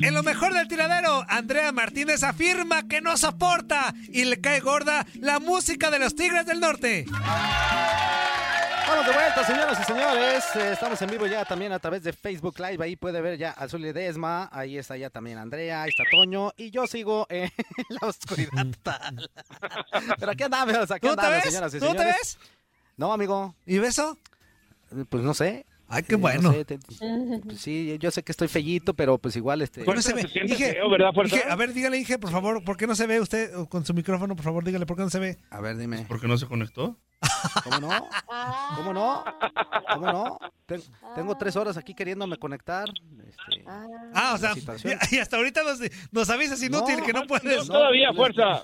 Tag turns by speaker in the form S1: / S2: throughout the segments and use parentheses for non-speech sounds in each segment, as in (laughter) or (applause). S1: En lo mejor del tiradero, Andrea Martínez afirma que no soporta y le cae gorda la música de los Tigres del Norte.
S2: Vamos de vuelta, señoras y señores. Eh, Estamos en vivo ya también a través de Facebook Live. Ahí puede ver ya a Zuli Desma. Ahí está ya también Andrea. Ahí está Toño. Y yo sigo en (laughs)
S1: (laughs)
S2: la oscuridad total. (laughs) Pero aquí andamos, aquí
S1: ¿Tú te
S2: andamos,
S1: ves?
S2: señoras y
S1: ¿Tú te
S2: señores.
S1: ves?
S2: No, amigo.
S1: ¿Y beso?
S2: Pues no sé.
S1: Ay, qué
S2: Eh, no
S1: bueno.
S2: sé, te- pues sí, yo sé que estoy fellito, pero pues igual este.
S1: ¿Por qué no se ve?
S3: se siente
S1: Inge,
S3: feo, ¿verdad, Fuerza?
S1: Inge, a ver, dígale, Inge, por favor, ¿por qué no se ve usted o con su micrófono? Por favor, dígale, ¿por qué no se ve?
S2: A ver, dime.
S4: ¿Por qué no se conectó?
S2: ¿Cómo no?
S5: Ah,
S2: ¿Cómo no? ¿Cómo no? Ten- tengo tres horas aquí queriéndome conectar. Este,
S1: Ah, o sea,
S2: situación.
S1: (laughs) y, y hasta ahorita nos, nos avisas inútil
S2: No,
S1: que no puedes.
S3: dos. Todavía,
S2: les-
S3: fuerza.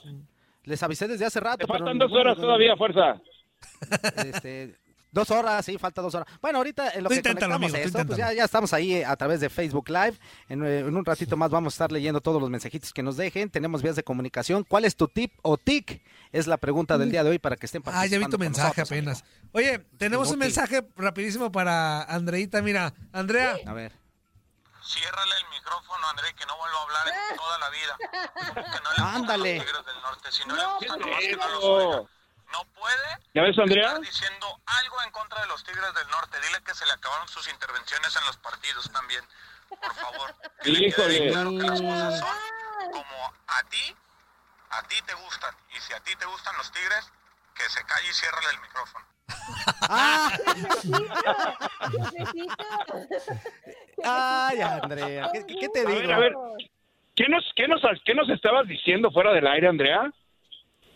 S2: Les avisé desde hace rato.
S3: Te
S2: pero
S3: faltan
S2: ninguno-
S3: dos horas todavía, Fuerza.
S2: (laughs) Este, dos horas, sí, falta dos horas. Bueno, ahorita en lo
S1: Tú
S2: que
S1: inténtalo,
S2: conectamos
S1: amigo, tú
S2: esto, pues ya,
S1: inténtalo.
S2: ya estamos ahí eh, a través de Facebook Live. En, eh, en un ratito más vamos a estar leyendo todos los mensajitos que nos dejen. Tenemos vías de comunicación. ¿Cuál es tu tip o tic? Es la pregunta del día de hoy para que estén
S1: Ah, ya vi tu
S2: con
S1: mensaje
S2: nosotros,
S1: apenas. Oye, tenemos un mensaje rapidísimo para Andreita. Mira, Andrea,
S2: amigo. A ver. (laughs)
S6: Ciérrale el micrófono, André, que no vuelva a hablar en toda la vida. Que no le gustan
S2: Ándale.
S6: los Tigres del norte, si no, le
S3: pues,
S6: gustan, nomás que no los oiga.
S3: Eso.
S6: No puede
S3: ¿Ya ves, Andrea?
S6: estar diciendo algo en contra de los Tigres del Norte. Dile que se le acabaron sus intervenciones en los partidos también, por favor. Dile que
S3: Híjole.
S6: quede claro que las cosas son como a ti, a ti te gustan. Y si a ti te gustan los Tigres, que se calle y ciérrale el micrófono.
S2: Ah,
S5: Jefecito.
S2: ay, Andrea, ¿qué, qué te
S3: A ver,
S2: digo?
S3: a ver. ¿Qué nos, qué, nos, ¿Qué nos estabas diciendo fuera del aire, Andrea?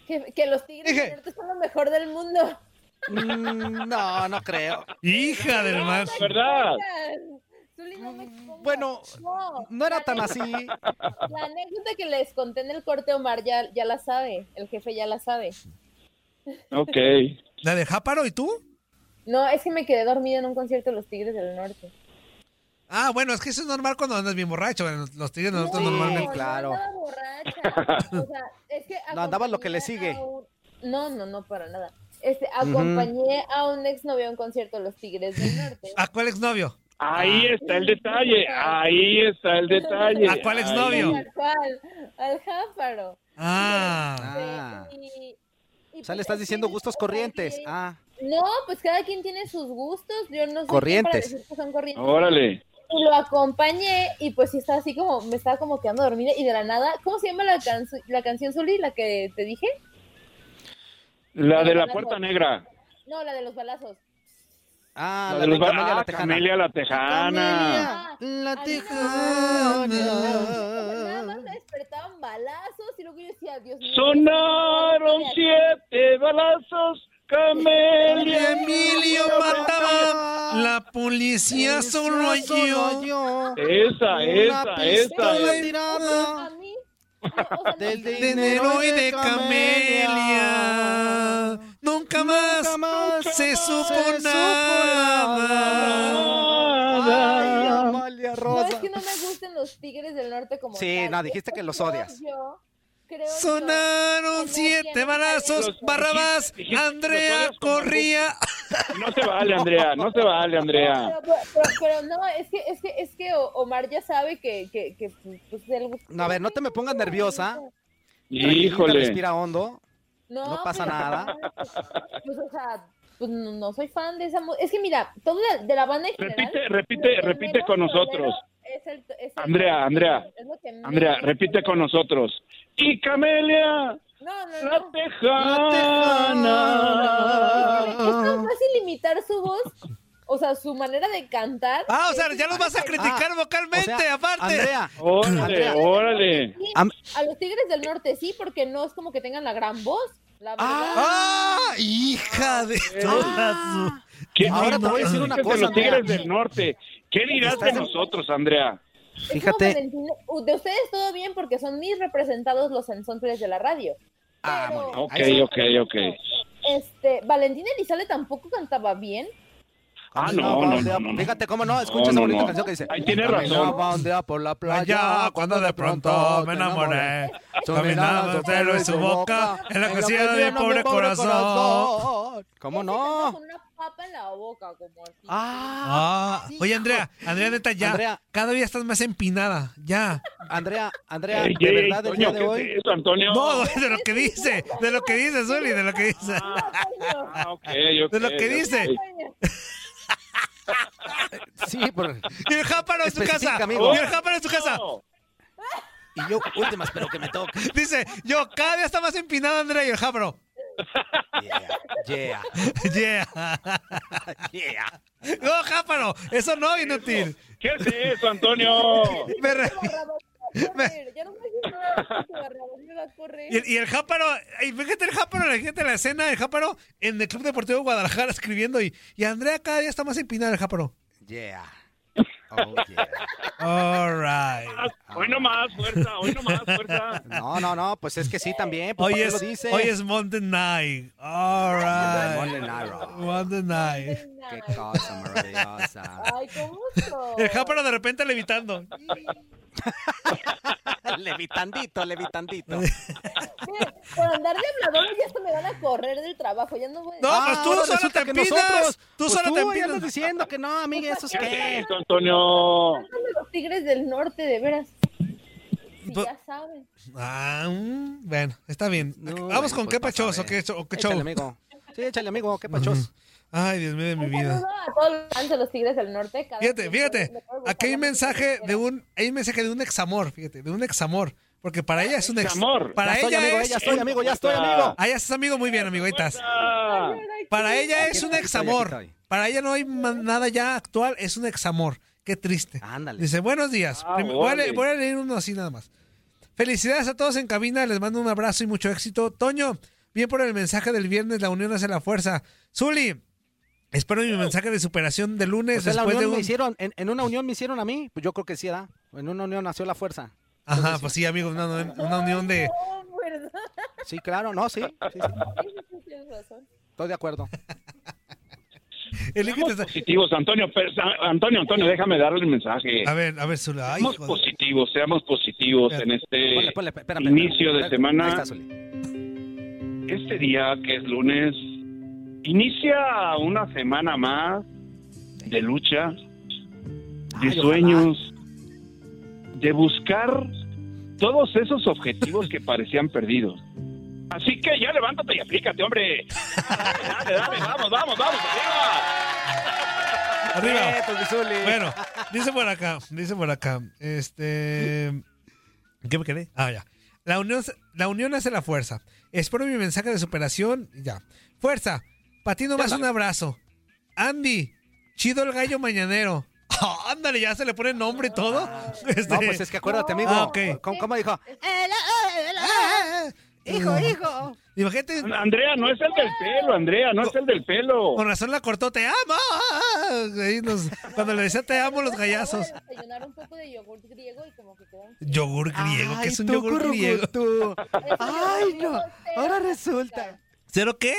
S5: Que, que los tigres
S1: Dije-
S5: del norte son lo mejor del mundo.
S2: Mm, no, no creo.
S1: hija del mar.
S3: De verdad.
S5: Zuli, no me expongas.
S2: Ah. Bueno,
S5: No,
S2: no era
S5: la
S2: tan
S5: anécdota- (laughs)
S2: así.
S5: La anécdota que les conté en el corte, Omar ya, ya la sabe. El jefe ya la sabe.
S3: Ok.
S1: ¿La de Jáparo y tú?
S5: No, es que me quedé dormida en un concierto de los Tigres del Norte.
S1: Ah, bueno, es que eso es normal cuando andas bien borracho. bueno, Los tigres nosotros
S2: Sí,
S1: normalmente.
S2: claro.
S5: No andaba borracha. O sea, es que
S2: (laughs) No, andaba lo que le
S5: acompañé
S2: sigue.
S5: a un- No, no, no, para nada. Este, acompañé a un exnovio a un concierto de los Tigres del Norte.
S2: Ah,
S1: ¿A cuál exnovio?
S3: Ahí está el detalle. Ahí está el detalle.
S1: ¿A cuál
S3: Ahí.
S1: exnovio?
S5: Al cual, al Jáfaro.
S1: Ah,
S2: Ah.
S5: Y- y
S2: O sea,
S5: pues,
S2: le estás
S5: así
S2: diciendo
S5: es,
S2: gustos
S5: o sea,
S2: corrientes.
S5: que-
S2: Ah,
S5: No, pues cada quien tiene sus gustos. Yo no soy
S2: Corrientes.
S5: quien para decir que son corrientes.
S3: Oh. Órale.
S5: Y lo acompañé y pues sí estaba así como, me estaba como quedando dormida y de la nada, ¿cómo se llama la, canción la canción Zully, la que te dije?
S3: La de la puerta negra.
S5: No, la de los balazos.
S2: ah,
S3: La
S2: la
S3: de los
S2: de
S3: ba-
S2: Camelia la
S3: Ah,
S2: Tejana.
S3: Camelia la Tejana.
S2: La
S5: Ah, Nada más me despertaban balazos y luego yo decía, Dios mío.
S3: Sonaron
S5: ¿qué es
S3: siete balazos. Camelia.
S1: Emilio mataba. La Ah. policía solo yo.
S2: yo.
S3: Eh, Esa, esa, esa.
S1: pistola.
S5: esto? A mí. no, o sea,
S2: Del
S5: no,
S1: De Nero y de Camelia. Nunca más se supo nada.
S2: Ay,
S3: Nada.
S2: Amalia
S5: No es
S2: Rosa.
S5: que no me gusten los tigres del norte como
S2: Sí,
S5: tal.
S2: no, dijiste
S5: Es
S2: que los
S5: porque
S2: odias.
S5: Yo creo yo que
S1: Sonaron
S5: no
S1: siete
S5: tienen
S1: balazos.
S3: Los-
S1: Barrabás,
S3: dijiste- dijiste
S1: Andrea
S3: los odias como
S1: corría.
S3: No se vale, Andrea. No se vale, Andrea.
S5: talento. Pero, pero- pero no, es que, es que, es que O- Omar ya sabe que, que, que pues, pues, él-
S2: No, a ver, no te me pongas nerviosa. Tranquilita,
S3: Híjole.
S2: Respira hondo. No pasa
S5: pero-
S2: nada.
S5: Pues, o sea, pues no, no soy fan de esa música. Es que mira, todo de, de la banda en general.
S3: Repite, repite,
S5: lo que
S3: repite
S5: menos
S3: con
S5: tolero
S3: nosotros.
S5: es el- es el-
S3: Andrea, Andrea,
S5: es lo que menos
S3: Andrea,
S5: tolero.
S3: repite con nosotros. Y Camelia,
S5: No, no, no.
S3: la tejana.
S2: Ah.
S5: Esto más sin limitar su voz, o sea, su manera de cantar.
S1: Ah, o sea, ya los vas a criticar
S2: Ah,
S1: vocalmente,
S2: O sea,
S1: aparte.
S2: Andrea,
S3: Órale,
S2: Andrea.
S3: órale.
S5: Sí,
S2: Am-
S5: A los Tigres del Norte sí, porque no es como que tengan la gran voz. La verdad.
S1: ¡Ah! ¡Hija de todas
S3: ¿Qué-
S2: Ahora te
S3: qué
S2: voy a decir
S3: dices
S2: una
S3: de
S2: cosa,
S3: los
S2: Andrea.
S3: Tigres del Norte. ¿Qué dirás de nosotros, Andrea?
S5: Es como
S2: fíjate.
S5: Valentina- u- De ustedes todo bien porque son mis representados los ensombres de la radio.
S2: Ah, muy bien.
S3: Ok,
S2: Ahí está.
S3: ok, ok.
S5: Este, Valentina Elizalde tampoco cantaba bien.
S3: Ah,
S2: Camino
S3: no,
S2: pa'
S3: no,
S2: donde
S3: no,
S2: va-
S3: no, no.
S2: Fíjate cómo no, escucha
S3: No,
S2: esa
S3: no,
S2: bonita
S3: no.
S2: canción que dice.
S3: Ahí tiene
S2: Caminaba
S3: razón.
S2: un día por la playa,
S1: Allá, cuando de pronto me enamoré,
S2: Su
S1: caminaba
S2: mirada,
S1: su pelo y su boca, en la
S2: casilla
S1: casilla de mi pobre corazón.
S2: corazón. ¿Cómo
S5: Estoy
S2: no?
S5: Con una papa en la boca, como así.
S2: Ah,
S1: Ah, oye, Andrea, Andrea, neta, ya,
S2: Andrea.
S1: cada día estás más empinada, ya.
S2: Andrea, Andrea,
S3: Ey,
S2: de
S3: ey,
S2: verdad, el
S3: Toño,
S2: día de
S3: ¿qué
S2: hoy.
S3: es eso, Antonio?
S1: No, (laughs) de lo que dice, de lo que dice, Zuli, de lo que dice.
S5: Ah, coño.
S3: Ah, ok, ok,
S1: De lo que
S3: ok.
S1: dice.
S5: Coño.
S2: Sí, por-
S1: Y el jáparo en su
S2: Especifica,
S1: casa,
S2: amigo.
S1: y el jáparo en su casa.
S3: No.
S2: y yo, última, espero que me toque.
S1: Dice, yo, cada día está más empinada, Andrea, y el jáparo.
S2: Yeah, yeah,
S1: (laughs) Yeah.
S2: yeah.
S1: No, jáparo, eso no, inútil.
S3: ¿Qué es eso,
S2: (laughs)
S3: Antonio?
S1: (laughs) Me re-
S5: Barrabás va a correr. Ya no me dijiste nada, que Barrabás me va a correr.
S1: Y el, y el Jáparo, y fíjate el Jáparo, la gente de la escena, el Jáparo en el Club Deportivo Guadalajara (laughs) escribiendo y, y Andrea cada día está más empinada el Jáparo.
S2: Yeah. Oh, yeah.
S1: All
S2: Ah,
S1: right.
S3: Hoy no más, fuerza, hoy no más, fuerza.
S2: No, no, no, pues es que sí también. Pues,
S1: Hoy
S2: ¿para qué
S1: es,
S2: lo dice?
S1: hoy es Monday night. All right.
S2: Monday night, right.
S1: Monday night.
S2: Qué
S5: Ay,
S2: cosa maravillosa.
S5: Ay, qué gusto.
S1: El Jáparo de repente levitando.
S2: levitandito, levitandito.
S1: pues
S5: Mira, Por andar de hablador ya hasta me van a correr del trabajo. Ya no voy
S1: No, pues tú
S2: ahora
S1: solo
S2: resulta
S1: te
S2: que
S1: empinas,
S2: nosotros- pues
S1: tú solo te
S2: ahí
S1: empinas.
S2: andas diciendo que no, amiga, eso es
S3: ¿Qué es
S2: qué.
S3: eso, Antonio?
S5: Ándale, los tigres del norte, de veras. Si
S1: Pues-
S5: ya saben.
S1: Ah, mm, bueno, está bien.
S2: No,
S1: Vamos
S2: bueno,
S1: con
S2: pues,
S1: qué
S2: vas a
S1: pachos o
S2: ver.
S1: qué, cho- o qué
S2: Échale,
S1: show.
S2: amigo. Sí, échale, amigo, qué pachos.
S1: Ay, Dios mío de mi
S5: Un
S1: vida.
S5: saludo a todos los fans de los tigres del norte. cada
S1: Fíjate,
S5: quien
S1: fíjate,
S5: me puede gustar
S1: aquí hay
S5: la
S1: un
S5: música que
S1: mensaje de
S5: quiera.
S1: un, hay un mensaje de un examor, fíjate, de un examor, porque para ella es un ex,
S3: Examor.
S1: para
S2: ya estoy,
S1: ella
S2: amigo,
S1: es,
S2: ya estoy, amigo, ya estoy,
S3: Ah.
S2: amigo.
S1: ah, ya estás amigo, muy bien, amigo, ahí estás.
S3: Ah,
S1: Para ella
S2: Aquí
S1: es un
S2: estoy, aquí
S1: examor,
S2: estoy.
S1: para ella no hay ma- nada ya actual, es un examor, qué triste.
S2: Ándale.
S1: Dice, buenos días,
S3: Ah,
S1: Prim- voy, a
S3: órale.
S1: le- voy a leer uno así nada más. Felicidades a todos en cabina, les mando un abrazo y mucho éxito. Toño, bien por el mensaje del viernes, la unión hace la fuerza. Zuli, espero mi mensaje de superación de lunes
S2: O sea, Pues la
S1: después
S2: unión
S1: de
S2: me
S1: un...
S2: hicieron, en, en una unión me hicieron a mí, pues yo creo que sí era. En una unión nació la fuerza.
S1: Ajá, pues sí, amigos, una, una unión de...
S5: No, ¿verdad?
S2: Sí, claro, no, sí, sí, sí,
S5: Sí, sí, tienes razón.
S2: estoy de acuerdo.
S3: Eh,
S1: El hijo
S3: somos
S1: te está-
S3: positivos, Antonio. pero, ah, Antonio, Antonio, déjame darle el mensaje.
S1: A ver, a ver, Zula. Ay,
S3: Seamos
S1: hijo de-
S3: positivos, seamos positivos en este
S2: Ponle, ponle, espérame, espérame.
S3: inicio de
S2: Ahí
S3: semana.
S2: está, Zuli.
S3: Este día, que es lunes, inicia una semana más de lucha, de
S2: Ay, ojalá.
S3: sueños, de buscar todos esos objetivos que parecían perdidos. Así que ya levántate y aplícate, hombre. Dale, dale, dale, vamos, vamos, vamos, arriba.
S1: Arriba.
S2: Eh, pues, mi Zuli.
S1: Bueno, dice por acá, dice por acá. Este. ¿Qué me quedé? Ah, ya. La unión, la unión hace la fuerza. Espero mi mensaje de superación. y Ya. Fuerza. Para ti nomás un abrazo. Andy, chido el gallo mañanero. (laughs) Ah, ándale, ya se le pone nombre y todo. Este,
S2: No, pues es que acuérdate, amigo.
S1: Ah, ok.
S2: ¿Cómo, cómo dijo?
S1: Hijo, hijo. eh, Imagínate,
S3: Andrea, no es el del pelo, Andrea, no es el del pelo.
S1: con razón la cortó, te amo. Ahí nos- cuando le decía te amo los gallazos.
S5: Acabo de Desayunar un poco de yogur griego y como que quedan.
S1: Yogur griego, ¿qué es un yogur griego?
S2: griego? Ay,
S5: Eso,
S2: no.
S5: yogur griego,
S2: Ahora
S5: cero
S2: resulta.
S1: ¿Cero qué?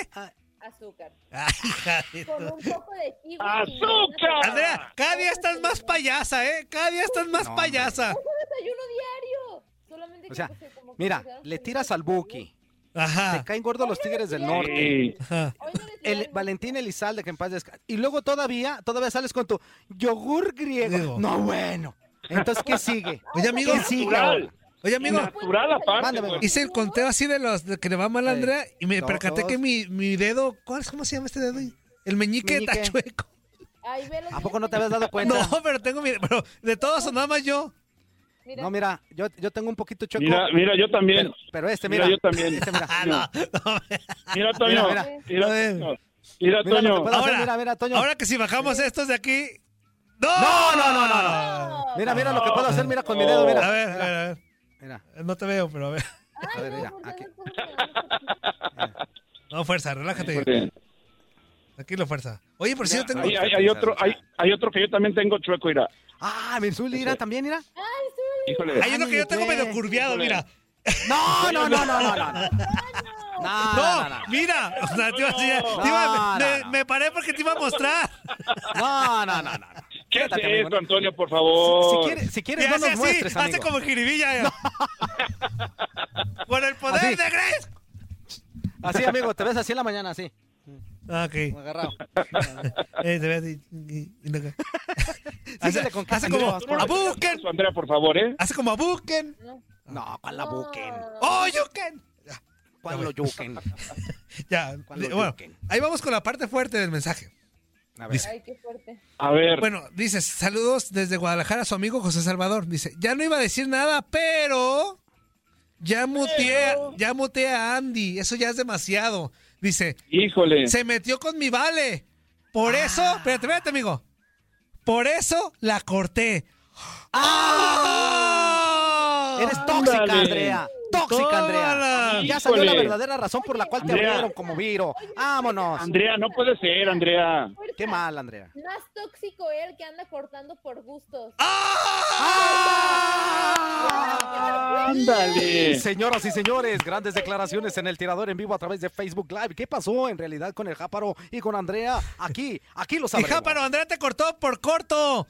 S5: Azúcar.
S1: Ay, hija de
S5: Con
S1: tu-
S5: un poco de kiwi. y
S3: ¡Azúcar!
S5: una-
S1: Andrea, cada día estás más payasa, ¿eh? Cada día estás más
S2: No,
S1: payasa.
S5: Es un desayuno diario. Solamente que,
S2: O sea,
S5: pues, eh, como que
S2: Mira,
S5: empezaron
S2: le
S5: con
S2: tiras
S5: eso.
S2: al Buki. Te
S1: Ajá.
S2: caen gordos los tigres del
S5: Sí.
S2: norte.
S3: Sí.
S1: ajá.
S5: Hoy no les
S2: El
S5: tiraron-
S2: Valentín Elizalde, que en paz descanse. Y luego todavía, todavía sales con tu yogur griego.
S1: Griego.
S2: No, bueno. Entonces, ¿qué sigue?
S1: (laughs) Oye, amigo.
S2: ¿Qué sigue?
S3: Natural.
S2: ahora?
S1: Oye,
S3: Y
S1: amigo,
S3: natural aparte.
S2: Mándame.
S3: güey.
S1: hice el conteo así de los de que le va mal a
S2: Sí.
S1: Andrea y me
S2: Dos,
S1: percaté
S2: dos.
S1: que mi, mi dedo, ¿cuál es? ¿Cómo se llama este dedo? El meñique,
S2: Meñique.
S1: está chueco.
S5: Ay, ve los
S2: ¿A poco no te habías dado cuenta?
S1: No, pero tengo mi... Pero de todos o nada más yo. (laughs)
S5: Mira,
S2: No, mira, yo, yo tengo un poquito choco.
S3: Mira, mira, yo también.
S2: pero, pero este,
S3: Mira,
S2: mira.
S3: yo también.
S2: Este, mira.
S1: Ah,
S3: No.
S1: no.
S3: Mira, Toño.
S2: Mira,
S3: Mira,
S1: mira.
S3: Toño. Mira,
S2: Mira lo que
S3: Toño.
S2: puedo-
S1: Ahora,
S2: mira, mira, Toño. Eh.
S1: ahora que si bajamos estos de aquí... ¡No!
S2: No, no, no, no, no. Mira, mira lo que puedo hacer, mira con mi dedo,
S1: A
S2: mira.
S1: ver, a ver, a ver.
S2: Mira.
S1: No te veo, pero a ver.
S2: A ver,
S5: no,
S2: mira,
S5: por
S2: aquí.
S5: favor, por
S1: No, fuerza, relájate.
S3: Porque
S1: Tranquilo, fuerza. Oye, por si yo tengo.
S3: Hay, hay- hay otro, hay, hay otro que yo también tengo chueco, mira.
S2: Ah, Mirzuli, mira también, mira.
S3: Híjole.
S1: Hay uno que yo tengo medio curviado, mira.
S2: No, no, no, no, no, no.
S5: favor.
S2: No,
S1: No,
S2: no, no, no.
S1: mira, o sea, te iba a enseñar- te iba-
S2: No, no,
S1: me,
S2: no.
S1: me paré porque te iba a mostrar.
S2: No, no, no, no.
S3: ¿Qué es
S2: Quédate, amigo,
S3: esto,
S2: no.
S3: Antonio, por
S2: Si, si
S3: favor?
S2: quieres, si
S1: Y
S2: quieres no
S1: hace
S2: nos
S1: así,
S2: muestres, amigo.
S1: hace como jiribilla. Por el poder
S2: Así.
S1: de Grace.
S2: Así, amigo, te ves así en la mañana, así.
S1: Ah, Ok.
S2: como Agarrado.
S1: (laughs) Eh, te ve así, y- y
S2: (laughs)
S1: no- hace,
S2: Síguele con que-
S1: hace como,
S2: Andrea,
S1: a busquen.
S3: Eso, Andrea, por favor, ¿eh?
S1: Hace como, a busquen.
S2: No, ¿cuál la buquen?
S1: Oh, you can. Ya,
S2: ¿Cuál lo yuquen?
S1: Ya,
S2: Cuando
S1: eh, bueno,
S2: yuquen.
S1: ahí vamos con la parte fuerte del mensaje.
S2: A ver.
S5: Ay, qué fuerte.
S3: A ver,
S1: Bueno, dices, saludos desde Guadalajara a su amigo José Salvador. Dice, ya no iba a decir nada, pero ya muteé, ya muteé a Andy. Eso ya es demasiado. Dice,
S3: híjole.
S1: se metió con mi vale. Por eso, espérate, espérate, amigo. Por eso la corté. ¡Ah!
S2: Eres tóxica,
S3: Ándale.
S2: Andrea. Tóxica, Andrea.
S1: Tómala.
S2: Ya salió la
S3: Híjole.
S2: verdadera razón por la cual te
S3: Andrea.
S2: abrieron como viro. Vámonos.
S3: Andrea, no puede ser, Andrea.
S5: Fuerza.
S2: Qué mal, Andrea.
S5: Más tóxico él que anda cortando por gustos.
S2: ¡Ah!
S3: Ándale.
S2: Señoras y señores, grandes declaraciones en el tirador en vivo a través de Facebook Live. ¿Qué pasó en realidad con el Jáparo y con Andrea? Aquí, aquí lo
S1: Y
S2: sabremos.
S1: Jáparo, Andrea te cortó por corto.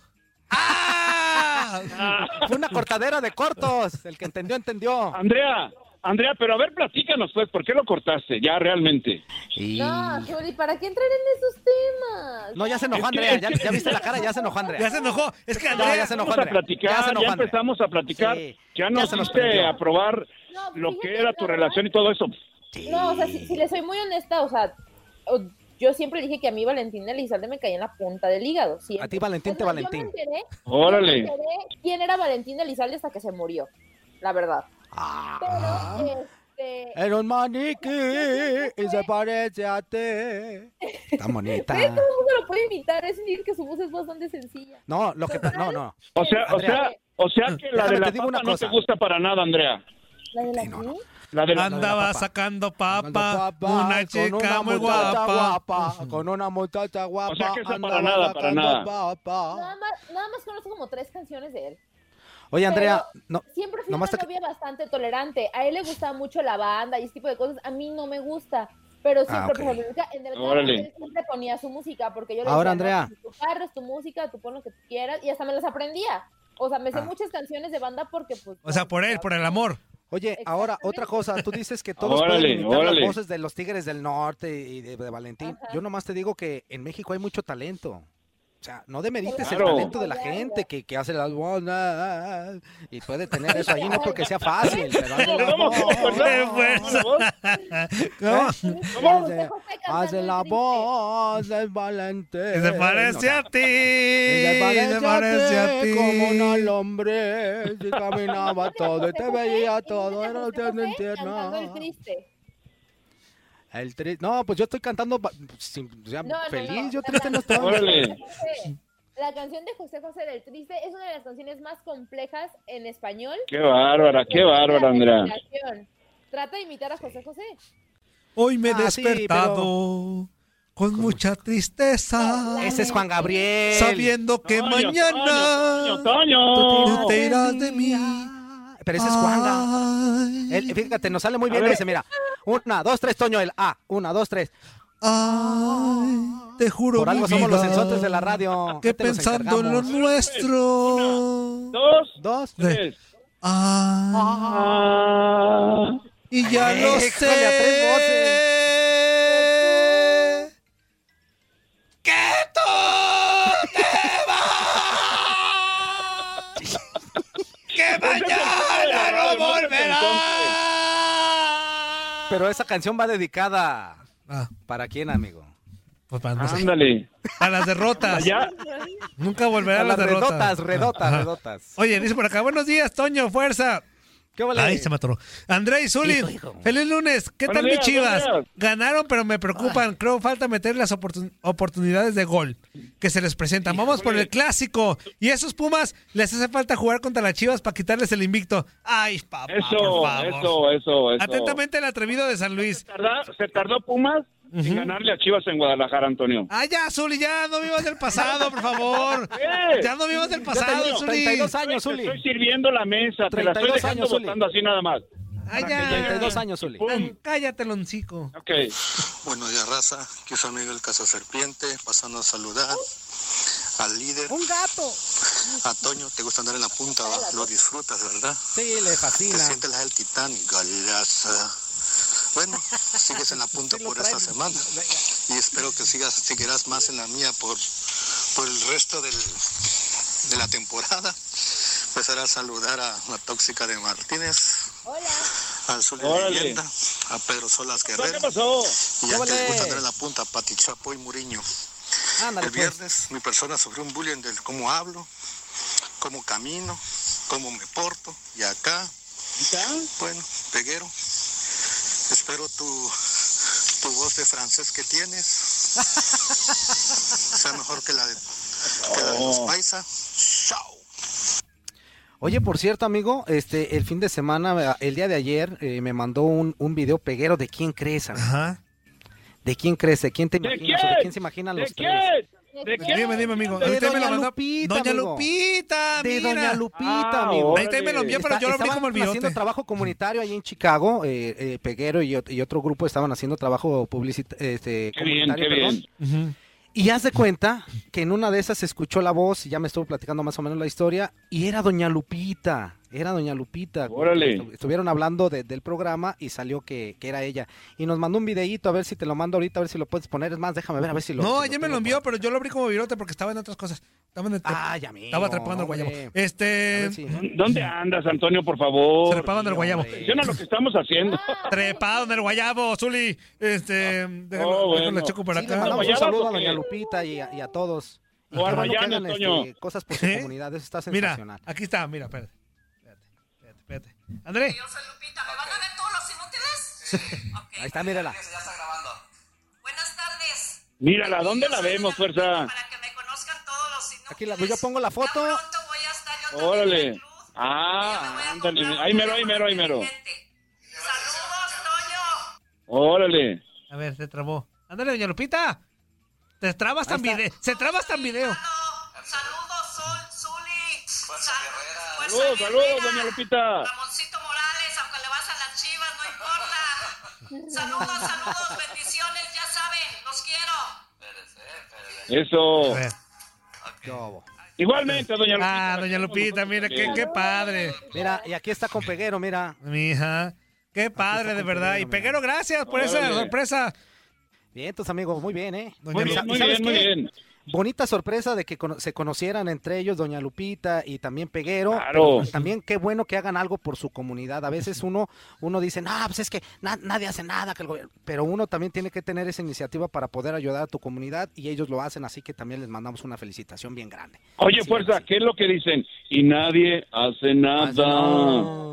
S1: ¡Ah!
S2: Fue una cortadera de cortos. El que entendió, entendió.
S3: Andrea, Andrea, pero a ver, platícanos, pues, ¿por qué lo cortaste? Ya, realmente.
S5: No, Juli, ¿para qué entrar en esos temas?
S2: No, ya se enojó Andrea. Ya, ya viste la cara, ya se enojó
S1: (laughs)
S2: Andrea.
S1: ya se enojó. Es que
S2: No,
S1: Andrea.
S2: ya se enojó
S3: Vamos a
S2: Andrea. Ya
S3: platicar, ya,
S2: se enojó Andrea.
S3: empezamos a platicar.
S2: Sí.
S3: Ya
S2: Ya
S3: nos
S2: se nos
S3: diste
S2: prendió.
S3: a probar
S5: No,
S3: lo
S5: fíjate,
S3: que era tu
S5: no,
S3: relación y todo eso.
S5: No, o sea, si, si le soy muy honesta, o sea, o- yo siempre dije que a mí Valentín Elizalde me caía en la punta del hígado. siempre.
S2: A ti, Valentín,
S5: Es
S2: te
S5: más,
S2: Valentín.
S5: Yo me enteré,
S3: Órale.
S5: yo me enteré quién era Valentín Elizalde hasta que se murió, la verdad.
S2: Ah.
S5: Pero, este,
S2: Era un maniquí y se parece a ti. Está bonita.
S5: pero todo el mundo lo puede imitar, es decir, que su voz es bastante sencilla.
S2: No, lo que pa- no, no.
S3: O sea, o sea, o sea que la
S2: Déjame
S3: de
S2: te
S3: la
S2: digo
S3: papa
S2: una
S3: no te
S2: cosa.
S3: gusta para nada, Andrea.
S5: ¿La de la
S2: no,
S5: qué?
S2: no.
S3: La de la
S1: Andaba
S2: papa.
S1: sacando
S2: Cuando
S1: papa,
S2: papas
S1: una
S2: con
S1: chica
S2: una
S1: muy
S2: muchacha
S1: guapa.
S2: guapa, Con una muchacha guapa.
S3: sea que esa
S2: anda
S3: para nada, para
S2: sacando
S3: nada.
S2: papa.
S5: Nada más, nada más conozco como tres canciones de él.
S2: Oye, Andrea,
S5: Pero
S2: no,
S5: Siempre fui
S2: Nomás
S5: una
S2: te-
S5: novia bastante tolerante. A él le gustaba mucho la banda y ese tipo de cosas. A mí no me gusta. Pero siempre,
S2: Ah, ok.
S5: por ejemplo, nunca- en verdad,
S3: Órale.
S5: él siempre ponía su música porque yo le
S2: Ahora,
S5: decía, no,
S2: Andrea.
S5: tu carro es tu música, tú pon lo que tú quieras. Y hasta me las aprendía. O sea, me sé
S2: Ah.
S5: muchas canciones de banda porque, pues...
S1: O sea, por él, por
S5: (laughs)
S1: el amor.
S2: oye, ahora otra cosa, tú dices que todos
S3: Órale,
S2: pueden imitar
S3: órale.
S2: las voces de los Tigres del Norte y de, de Valentín.
S5: Ajá.
S2: Yo nomás te digo que en México hay mucho talento. O sea, no demerites
S3: Claro.
S2: el talento de la gente que, que hace las voces y puede tener eso ahí, no porque sea fácil. Pero algo
S3: Pero ¿cómo, cómo,
S2: no,
S3: perdón?
S1: Qué fuerza.
S2: ¿Eh?
S1: ¿Cómo?
S5: ¿Cómo?
S2: Hace la voz del Valentín.
S1: Que se parece a ti.
S2: Ella
S1: Se parece a ti.
S2: como una lombriz y caminaba todo y te veía todo, era tierno en
S5: Cantando el
S2: tierno.
S5: triste.
S2: El tri- No, pues yo estoy cantando ba- sin- o sea,
S5: No, no,
S2: Ah, feliz,
S5: no,
S2: yo
S5: la
S2: triste no estoy.
S5: canción de
S3: Órale.
S5: José José, La canción de José José del Triste es una de las canciones más complejas en español.
S3: Qué bárbara, qué bárbara, Andrea.
S5: Inspiración. Trata de imitar a José José.
S1: Hoy me he
S2: Ah, sí,
S1: despertado con mucha tristeza.
S2: Ese es Juan Gabriel.
S1: Sabiendo que
S3: Toño, Toño,
S1: mañana
S3: Toño.
S1: tú te irás de mí.
S2: Pero ese es Juan Gabriel.
S1: Ay,
S2: Él, fíjate, nos sale muy bien
S3: ver.
S2: ese, mira. Una, dos, tres, Toño, el A. Una, dos, tres.
S1: ay, te juro.
S2: Por algo
S1: mi
S2: somos los
S1: vida,
S2: sensotes de la radio.
S1: Que
S2: Ahorita nos
S1: pensando en lo
S2: encargamos.
S1: nuestro.
S3: Dos,
S2: Dos.
S3: tres.
S1: Ay,
S3: Ah.
S1: y ya lo
S2: Híjole, a tres
S1: sé. ¡Que tú te vas! ¡Que mañana no volverás!
S2: Pero esa canción va dedicada.
S1: Ah,
S2: ¿Para quién, amigo?
S1: pues para, no sé.
S3: Ándale.
S1: A las derrotas.
S3: Ya,
S1: Nunca volverá
S2: A
S1: a las
S2: las
S1: derrotas.
S2: redotas, redotas,
S1: Ajá.
S2: redotas.
S1: Oye, dice por acá, buenos días, Toño, fuerza.
S2: ¿Qué vale?
S1: Ahí se me atoró. André y Zuli,
S2: Hijo, hijo.
S1: feliz lunes. ¿Qué
S3: Buenos
S1: tal mis
S3: días,
S1: chivas?
S3: buenos días.
S1: Ganaron, pero me preocupan. Creo falta meter las oportun- oportunidades de gol que se les presentan. Vamos por el clásico. Y esos Pumas les hace falta jugar contra las chivas para quitarles el invicto. Ay, papá, por
S3: eso,
S1: favor.
S3: eso, eso, eso.
S1: Atentamente el atrevido de San Luis.
S3: Tarda- se tardó Pumas en ganarle a Chivas en Guadalajara, Antonio.
S1: Ah, ya, Zuli, ya no vivas del pasado, por favor.
S3: (laughs) Eh,
S1: Ya no vivas del
S2: Yo
S1: pasado,
S2: tengo
S1: Zuli.
S2: 32
S3: Te
S2: años, Zuli.
S3: estoy sirviendo la mesa, te la estoy
S2: 32
S3: dejando
S2: años, Zuli.
S3: botando así nada más.
S1: Ay, ya.
S2: 32 años, Zuli.
S1: Tan- Cállate, loncico.
S3: Ok.
S4: Buenos días, raza. Aquí su amigo el Casa Serpiente, pasando a saludar al líder.
S2: ¡Un gato!
S4: A Toño, te gusta andar en la punta, va? lo disfrutas, ¿verdad?
S2: Sí, le
S4: Te
S2: fascina.
S4: sientes la del Titanic, galaza. Bueno, sigues en la
S2: (laughs)
S4: punta
S2: Sí, lo
S4: por esta
S2: trae.
S4: semana y espero que sigas, seguirás más en la mía por, por el resto del- de la temporada. Empezar a saludar a la tóxica de Martínez,
S5: Hola.
S4: al Zuli
S3: Órale.
S4: Leyenda, a Pedro Solas
S3: ¿Qué
S4: Guerrero
S3: pasó?
S4: y al que
S2: ¡Órale!
S4: le gusta andar en la punta, Pati Chapoy Muriño.
S2: Ándale,
S4: El
S2: pues.
S4: viernes mi persona sufrió un bullying del cómo hablo, cómo camino, cómo me porto y acá, bueno, peguero. Espero tu, tu voz de francés que tienes sea mejor que la de, que la de los paisa. Chao.
S2: Oye, por cierto, amigo, este, el fin de semana, el día de ayer, eh, me mandó un, un video peguero de quién crees, amigo.
S1: Ajá.
S2: ¿De quién crees? ¿De quién te
S3: ¿De
S2: imaginas?
S3: quién?
S2: ¿O ¿De quién se imaginan
S3: ¿De
S2: los tres?
S3: quién? ¿De quién?
S1: Dime, dime, amigo.
S2: De
S1: A mí también me
S2: Doña
S1: lo mandó-
S2: Lupita,
S1: Doña
S2: amigo.
S1: Lupita,
S2: De
S1: Ah, mira.
S2: Doña Lupita,
S3: Ah,
S2: amigo.
S1: Ahí también me lo envió, pero yo lo abrí
S2: estaban
S1: como el
S2: haciendo
S1: bigote.
S2: trabajo comunitario ahí en Chicago, eh, eh, Peguero y, ot- y otro grupo estaban haciendo trabajo publicitario, este,
S3: Qué bien,
S2: comunitario,
S3: qué
S2: perdón.
S3: bien.
S1: Ujú.
S2: Y haz de cuenta que en una de esas se escuchó la voz, y ya me estuvo platicando más o menos la historia, y era Doña Lupita, era Doña Lupita.
S3: Órale.
S2: Estu- Estuvieron hablando de- del programa y salió que, que era ella. Y nos mandó un videíto, a ver si te lo mando ahorita, a ver si lo puedes poner. Es más, déjame ver, a ver si lo...
S1: No,
S2: si
S1: ella me
S2: tengo
S1: lo envió,
S2: por-
S1: pero yo lo abrí como virote porque estaba en otras cosas. Estaba, en el-
S2: Ay, amigo,
S1: estaba atrapando el guayabo.
S2: hombre. A
S1: Este,
S2: ver si-
S3: ¿Dónde andas, Antonio, por favor?
S1: trepado en el guayabo.
S2: hombre.
S3: Menciona lo que estamos haciendo.
S1: Trepado en el guayabo, Zuli. Este, déjalo,
S3: Oh, bueno.
S1: déjalo, checo para
S2: Sí, le
S1: acá.
S2: mandamos un
S3: ¿Guayabas
S2: saludo a
S3: o qué?
S2: Doña Lupita y a, y a todos. Y qué
S3: O
S2: bueno que
S3: Arbayán,
S2: hagan, este,
S3: Toño.
S2: cosas por su
S1: ¿Eh?
S2: comunidad, eso está
S1: Mira,
S2: sensacional.
S1: aquí está, mira, espérate. Espérate, espérate, espérate. André,
S7: Yo soy Lupita, ¿me van a ver todos los inútiles? Ok.
S2: Ahí está, mírala.
S7: Ya está grabando. Buenas tardes.
S3: Mírala, ¿dónde
S7: Yo
S3: la
S7: soy Doña
S3: vemos,
S7: Lupita,
S3: fuerza?
S7: Para que me conozcan todos los inútiles.
S2: Aquí la- pues yo pongo la foto.
S7: Ya pronto voy a estar yo también en el
S3: Órale.
S7: club. Y yo me voy
S3: Ah,
S7: a
S3: ándale.
S7: comprar
S3: Ahí
S7: un
S3: mero, ahí mero, ahí mero.
S7: inteligente. Saludos, Toño.
S3: Órale.
S1: a ver, se trabó. Ándale, doña Lupita. Te trabas tan
S2: está.
S1: video. Se trabas tan video.
S7: Mano, Saludos, Sol, Zuli. Fuerza Guerrera.
S3: Saludos, saludos, doña Lupita.
S7: Ramoncito Morales, aunque le vas a las chivas, no importa. Saludos, saludos, bendiciones, ya saben, los quiero.
S1: A
S3: Eso.
S1: ver.
S2: Qué obo.
S3: Igualmente, doña Lupita.
S1: Ah, doña Lupita, mira, qué, qué padre.
S2: Mira, y aquí está con Peguero, mira.
S1: Mija. Qué padre, de verdad. Y Peguero, gracias por esa
S3: Órale.
S1: sorpresa.
S2: Bien, tus amigos, muy bien, ¿eh?
S1: Doña
S3: Muy bien,
S1: Lupita.
S3: muy
S2: ¿Sabes
S3: bien, muy
S2: qué?
S3: bien.
S2: Bonita sorpresa de que cono- se conocieran entre ellos Doña Lupita y también Peguero.
S3: Claro.
S2: pero También qué bueno que hagan algo por su comunidad. A veces uno, uno dice, no, pues es que na- nadie hace nada, que el gobierno-". pero uno también tiene que tener esa iniciativa para poder ayudar a tu comunidad y ellos lo hacen, así que también les mandamos una felicitación bien grande.
S3: Oye,
S2: Sí,
S3: fuerza,
S2: sí.
S3: ¿qué es lo que dicen? Y nadie hace
S2: Ah, sí,
S3: nada.
S2: no.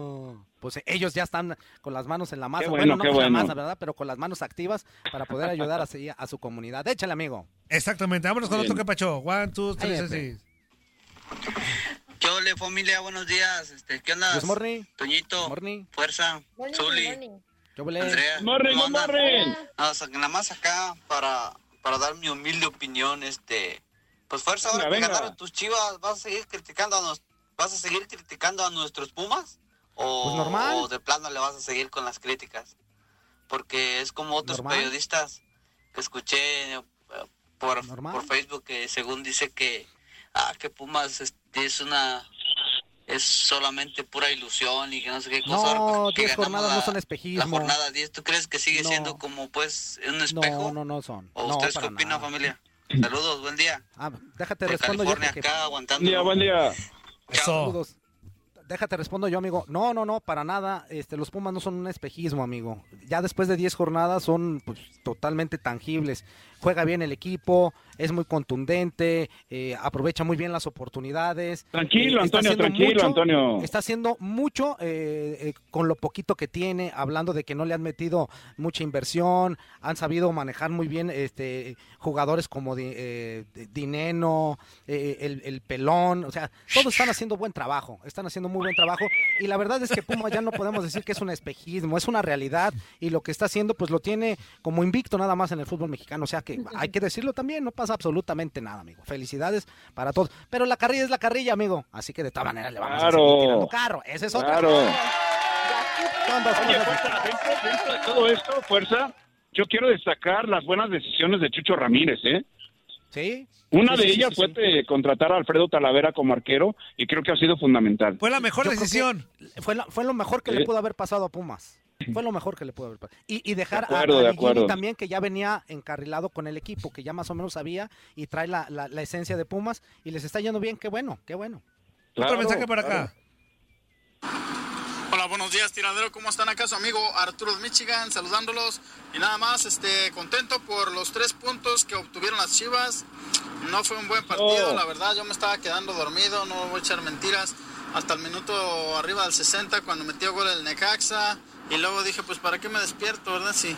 S2: Pues eh, ellos ya están con las manos en la masa,
S3: Qué
S2: bueno,
S3: bueno,
S2: no
S3: qué
S2: con
S3: bueno.
S2: la masa, ¿verdad? Pero con las manos activas para poder ayudar a, seguir a su comunidad. Échale, amigo.
S1: Exactamente, vámonos con
S3: Bien.
S1: otro que pacho. One, two, three,
S2: Cállate.
S1: seis.
S8: ¿Qué ole, familia? Buenos días. Este, ¿Qué onda?
S2: Good morning.
S8: Toñito,
S2: Good morning.
S8: Fuerza,
S5: Morning,
S8: Zuli,
S5: morning.
S2: Yo volé.
S8: Andrea.
S3: Morren,
S8: ¿cómo
S3: no
S8: andan?
S3: morren.
S8: Ah, o sea, que nada más acá para, para dar mi humilde opinión, este... Pues fuerza, ahora
S3: Venga,
S8: que
S3: venga.
S8: ganaron tus chivas, ¿vas a seguir criticando a nos, ¿vas a seguir criticando a nuestros Pumas? O,
S2: Pues normal.
S8: o de plano le vas a seguir con las críticas. Porque es como otros
S2: Normal.
S8: periodistas que escuché eh, por,
S2: Normal.
S8: por Facebook que según dice que ah, que Pumas es, es una es solamente pura ilusión y que no sé qué cosa. ahora,
S2: No,
S8: pues, que
S2: 10
S8: ganamos
S2: jornadas no
S8: la-
S2: son
S8: la
S2: espejismo.
S8: jornada 10, ¿tú crees que sigue
S2: No.
S8: siendo como pues un espejo?
S2: No, no, no son.
S8: ¿O
S2: no,
S8: ustedes qué
S2: para
S8: opinan,
S2: nada.
S8: familia? Saludos, buen día.
S2: Ah, déjate
S8: De
S2: respondo yo.
S8: California
S2: porque-
S8: acá aguantando.
S3: Buen día, buen día.
S2: Eh,
S3: Oh.
S1: Eso.
S2: Saludos. Déjate respondo yo, amigo. No, no, no, para nada. Este, los Pumas no son un espejismo, amigo. Ya después de 10 jornadas son pues, totalmente tangibles. Juega bien el equipo, es muy contundente, eh, aprovecha muy bien las oportunidades.
S3: Tranquilo,
S2: Eh, está
S3: Antonio,
S2: haciendo
S3: tranquilo,
S2: mucho-
S3: Antonio.
S2: Está haciendo mucho eh, eh, con lo poquito que tiene, hablando de que no le han metido mucha inversión, han sabido manejar muy bien este jugadores como Di- eh, Di- Dineno, eh, el, el Pelón, o sea, todos están haciendo buen trabajo, están haciendo muy buen trabajo y la verdad es que Puma ya no podemos decir que es un espejismo, es una realidad y lo que está haciendo pues lo tiene como invicto nada más en el fútbol mexicano, o sea que hay que decirlo también, no pasa absolutamente nada, amigo. Felicidades para todos, pero la carrilla es la carrilla, amigo, así que de todas maneras le vamos a
S3: Claro.
S2: seguir tirando carro, ese es otro.
S3: Claro.
S5: Ya
S2: Son dos
S3: Oye, pues,
S2: cosas
S3: fuerza, dentro, dentro de todo esto, fuerza, yo quiero destacar las buenas decisiones de Chucho Ramírez, ¿eh?
S2: ¿Sí?
S3: Una
S2: Sí,
S3: de
S2: sí,
S3: ellas
S2: sí,
S3: fue
S2: sí.
S3: de contratar a Alfredo Talavera como arquero y creo que ha sido fundamental.
S1: Fue la mejor
S2: Yo creo que-
S1: decisión.
S2: Fue lo, fue lo mejor que le
S3: Sí.
S2: pudo haber pasado a Pumas. Fue lo mejor que le pudo haber pasado. Y, y dejar a-
S3: acuerdo,
S2: a,
S3: de
S2: Ligini
S3: acuerdo.
S2: también, que ya venía encarrilado con el equipo, que ya más o menos sabía y trae la, la- la esencia de Pumas y les está yendo bien. Qué bueno, qué bueno.
S1: Otro
S3: Claro,
S1: mensaje para
S3: claro.
S1: acá.
S9: Hola, buenos días, tiradero. ¿Cómo están acá? Su amigo Arturo de Michigan, saludándolos. Y nada más, este, contento por los tres puntos que obtuvieron las Chivas. No fue un buen partido,
S3: No.
S9: la verdad. Yo me estaba quedando dormido, no voy a echar mentiras. Hasta el minuto arriba del 60, cuando metió gol el Necaxa. Y luego dije, pues, ¿para qué me despierto, verdad? Sí,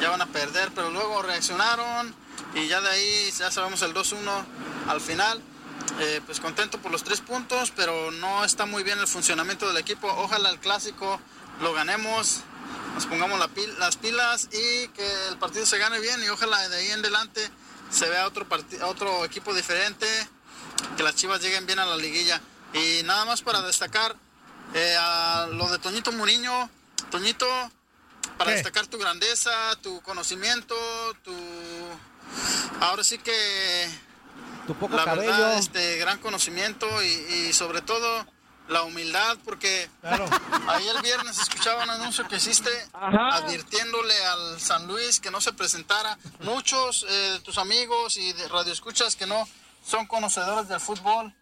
S9: ya van a perder. Pero luego reaccionaron y ya de ahí ya sabemos el 2-1 al final. Eh, pues contento por los tres puntos, pero no está muy bien el funcionamiento del equipo. Ojalá el clásico lo ganemos, nos pongamos la pil- las pilas y que el partido se gane bien y ojalá de ahí en adelante se vea otro, parti- otro equipo diferente, que las Chivas lleguen bien a la liguilla. Y nada más para destacar eh, a lo de Toñito Muriño. Toñito, para
S1: ¿Qué?
S9: destacar tu grandeza, tu conocimiento, tu... Ahora sí que
S2: Tu poco
S9: la
S2: cabello.
S9: verdad, este gran conocimiento y, y sobre todo la humildad, porque
S1: Claro.
S9: ahí el viernes escuchaba un anuncio que hiciste
S3: Ajá.
S9: advirtiéndole al San Luis que no se presentara. Muchos eh, de tus amigos y de radioescuchas que no son conocedores del fútbol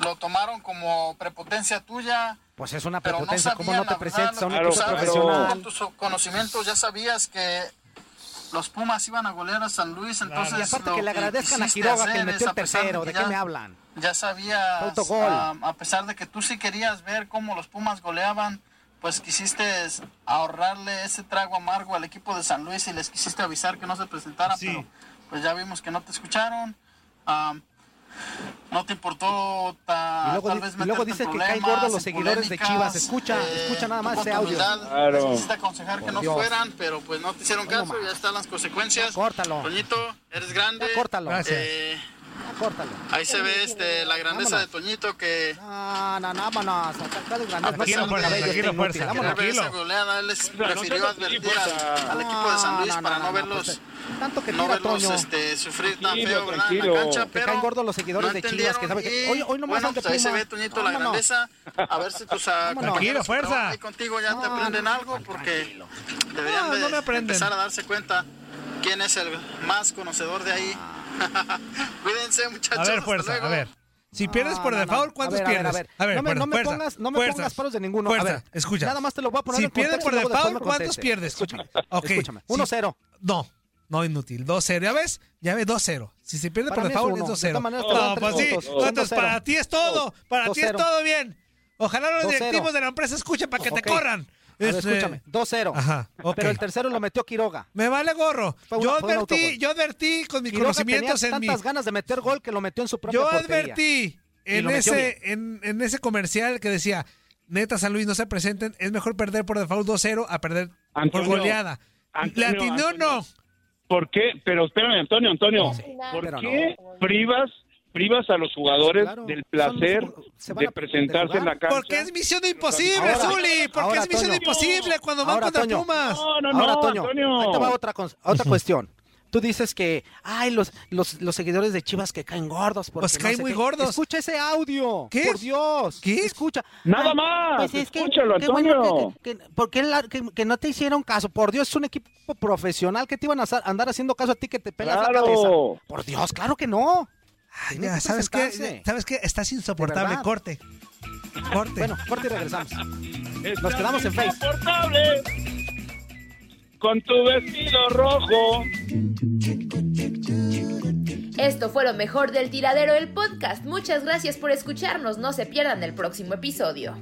S9: lo tomaron como prepotencia tuya.
S2: Pues es una
S9: Pero no
S2: prepotencia.
S9: sabían
S2: ¿Cómo no te
S9: hablar,
S2: presentas a un
S3: claro,
S2: equipo
S3: claro.
S9: ¿sabes? Con
S2: profesional?
S9: tus conocimientos ya sabías que los Pumas iban a golear a San Luis, entonces
S2: Y aparte
S9: lo
S2: que le agradezcan a
S9: quisiste
S2: Quiroga que
S9: hacer
S2: le metió
S9: es,
S2: el
S9: a pesar
S2: tercero.
S9: que
S2: ¿De qué
S9: ya-
S2: me hablan?
S9: ya sabías,
S2: Autogol.
S9: am, a pesar de que tú sí querías ver cómo los Pumas goleaban, pues quisiste ahorrarle ese trago amargo al equipo de San Luis y les quisiste avisar que no se presentaran,
S1: Sí.
S9: pero pues ya vimos que no te escucharon. am, no te importó ta-
S2: Y luego
S9: tal
S2: di-
S9: vez
S2: y luego
S9: meterte en
S2: dicen que caen
S9: problemas,
S2: gordos los
S9: en
S2: seguidores de
S9: polémicas,
S2: Chivas. Escucha, escucha nada
S9: tú
S2: más
S9: con
S2: ese
S9: tu
S2: audio.
S9: humildad,
S3: Claro.
S9: les quisiste aconsejar que
S2: Por
S9: no
S2: Dios.
S9: fueran, pero pues no te hicieron
S2: Bueno,
S9: caso,
S2: ma.
S9: ya están las consecuencias.
S2: Córtalo.
S9: Toñito, eres grande.
S2: Ya córtalo,
S1: Gracias.
S9: Eh,
S2: ya córtalo.
S9: Ahí se ve este, la grandeza de
S2: Vámonos.
S9: Toñito que
S2: No, no, no, vámonos. Acá de grandeza.
S1: Tranquilo,
S2: Acá de
S1: fuerza,
S2: cabello,
S1: tranquilo,
S2: este inútil.
S1: fuerza.
S2: Vámonos.
S9: querer ver esa
S1: tranquilo.
S9: goleada, él les
S3: Fuerza, no
S9: prefirió
S3: seas así,
S9: advertir
S3: fuerza.
S9: al, al equipo de San Luis para no verlos,
S2: pues, tanto que
S9: no
S2: tira,
S9: verlos
S2: Toño.
S9: este, sufrir tan
S3: Tranquilo,
S9: feo ¿verdad? en
S3: tranquilo.
S9: la cancha,
S3: Que
S9: pero
S2: caen gordos los seguidores
S9: no
S2: de Chivas, que sabe que-
S9: entendieron y,
S2: hoy- hoy nomás
S9: bueno,
S2: ante
S9: pues ahí se
S2: Pumas.
S9: ve Toñito la
S2: Vámonos.
S9: grandeza, a ver si tus ah,
S2: Vámonos.
S9: compañeros
S1: Tranquilo,
S9: que
S1: fuerza.
S9: trabajan ahí contigo ya te
S2: No,
S9: aprenden
S2: no,
S9: algo porque
S2: tranquilo.
S9: deberían
S1: No,
S9: de
S1: no me aprenden.
S9: empezar a darse cuenta quién es el más conocedor de ahí.
S2: Ah.
S9: (laughs) Cuídense muchachos,
S1: A ver,
S9: hasta
S1: fuerza,
S9: luego.
S1: a ver. Si pierdes
S2: No,
S1: por
S2: no, no.
S1: default,
S2: A
S1: ¿cuántos
S2: ver, a ver,
S1: pierdes?
S2: a ver.
S1: fuerza,
S2: No me- no me
S1: fuerza,
S2: pongas- no me
S1: fuerza.
S2: pongas paros de ninguno. A
S1: Fuerza,
S2: ver,
S1: escucha.
S2: nada más te lo voy a poner
S1: Si
S2: en
S1: pierdes
S2: contexto
S1: por
S2: y luego después
S1: default,
S2: me
S1: ¿cuántos
S2: contestes.
S1: pierdes?
S2: Escúchame,
S1: (laughs) Ok,
S2: escúchame.
S1: sí.
S2: 1-0.
S1: No, no inútil. 2-0. ¿Ya ves? Ya ves, 2-0. Si se pierde
S2: Para
S1: por
S2: mí es
S1: default,
S2: uno.
S1: es
S2: De
S1: 2-0.
S2: todas maneras, te
S1: No,
S2: dan
S1: pues
S2: tres
S1: sí.
S2: puntos. Son
S1: Entonces,
S2: 2-0.
S1: para ti es todo. Para ti es
S2: 2-0.
S1: todo bien. Ojalá los
S2: 2-0.
S1: directivos de la empresa escuchen para que te
S2: Ok.
S1: corran.
S2: A ver,
S1: Este,
S2: escúchame, 2-0.
S1: Ajá, ok.
S2: Pero el tercero lo metió Quiroga.
S1: Me vale gorro.
S2: Fue una-
S1: yo,
S2: fue un
S1: advertí,
S2: autogol.
S1: yo advertí con mis
S2: Quiroga tenía
S1: conocimientos en mi...
S2: tantas ganas de meter gol que lo metió en su propia
S1: Yo
S2: portería.
S1: advertí
S2: Y
S1: en
S2: lo metió
S1: ese, en, en ese comercial que decía, neta San Luis, no se presenten, es mejor perder por default 2-0 a perder
S3: Antonio,
S1: por goleada.
S3: Antonio,
S1: ¿Le atinó o no?
S3: Antonio. ¿Por qué? Pero espérame, Antonio, Antonio. ¿Por
S2: pero
S3: qué
S5: no.
S3: privas, privas a los jugadores
S2: Claro,
S3: del
S2: son-
S3: placer
S2: son- se van
S3: de
S2: a-
S3: presentarse
S2: de
S3: en la
S2: jugar.
S3: cancha?
S1: Porque es misión imposible,
S2: Ahora-
S1: Zuli. Porque
S2: ahora,
S1: es misión
S2: Toño.
S1: imposible cuando van
S2: Ahora,
S1: contra
S2: Toño.
S1: Pumas.
S3: No, no, no,
S2: Ahora, Toño,
S3: Antonio.
S2: ahí te va otra, cons- otra cuestión. Tú dices que, ay, los, los, los seguidores de Chivas que caen gordos. Porque
S1: Pues
S2: no
S1: caen
S2: sé
S1: muy
S2: qué.
S1: gordos.
S2: Escucha ese audio.
S1: ¿Qué?
S2: Por Dios.
S1: ¿Qué?
S2: Escucha.
S3: Nada
S2: Ay, pues
S3: más,
S2: es que-
S3: escúchalo,
S2: qué bueno
S3: Antonio.
S2: que, que- ¿por qué la- que- que no te hicieron caso? Por Dios, es un equipo profesional. que te iban a sa- andar haciendo caso a ti que te pegas la
S3: Claro.
S2: cabeza? Por Dios, claro que no.
S1: Ay,
S2: Tienen
S1: ya,
S2: que
S1: ¿sabes qué?
S2: presentarse.
S1: ¿Sabes qué? Estás insoportable.
S2: verdad.
S1: Corte. Corte.
S2: Bueno, corte y regresamos.
S3: Estás
S2: quedamos en Face.
S3: insoportable Con tu vestido rojo.
S5: Esto fue lo mejor del tiradero del podcast. Muchas gracias por escucharnos. No se pierdan el próximo episodio.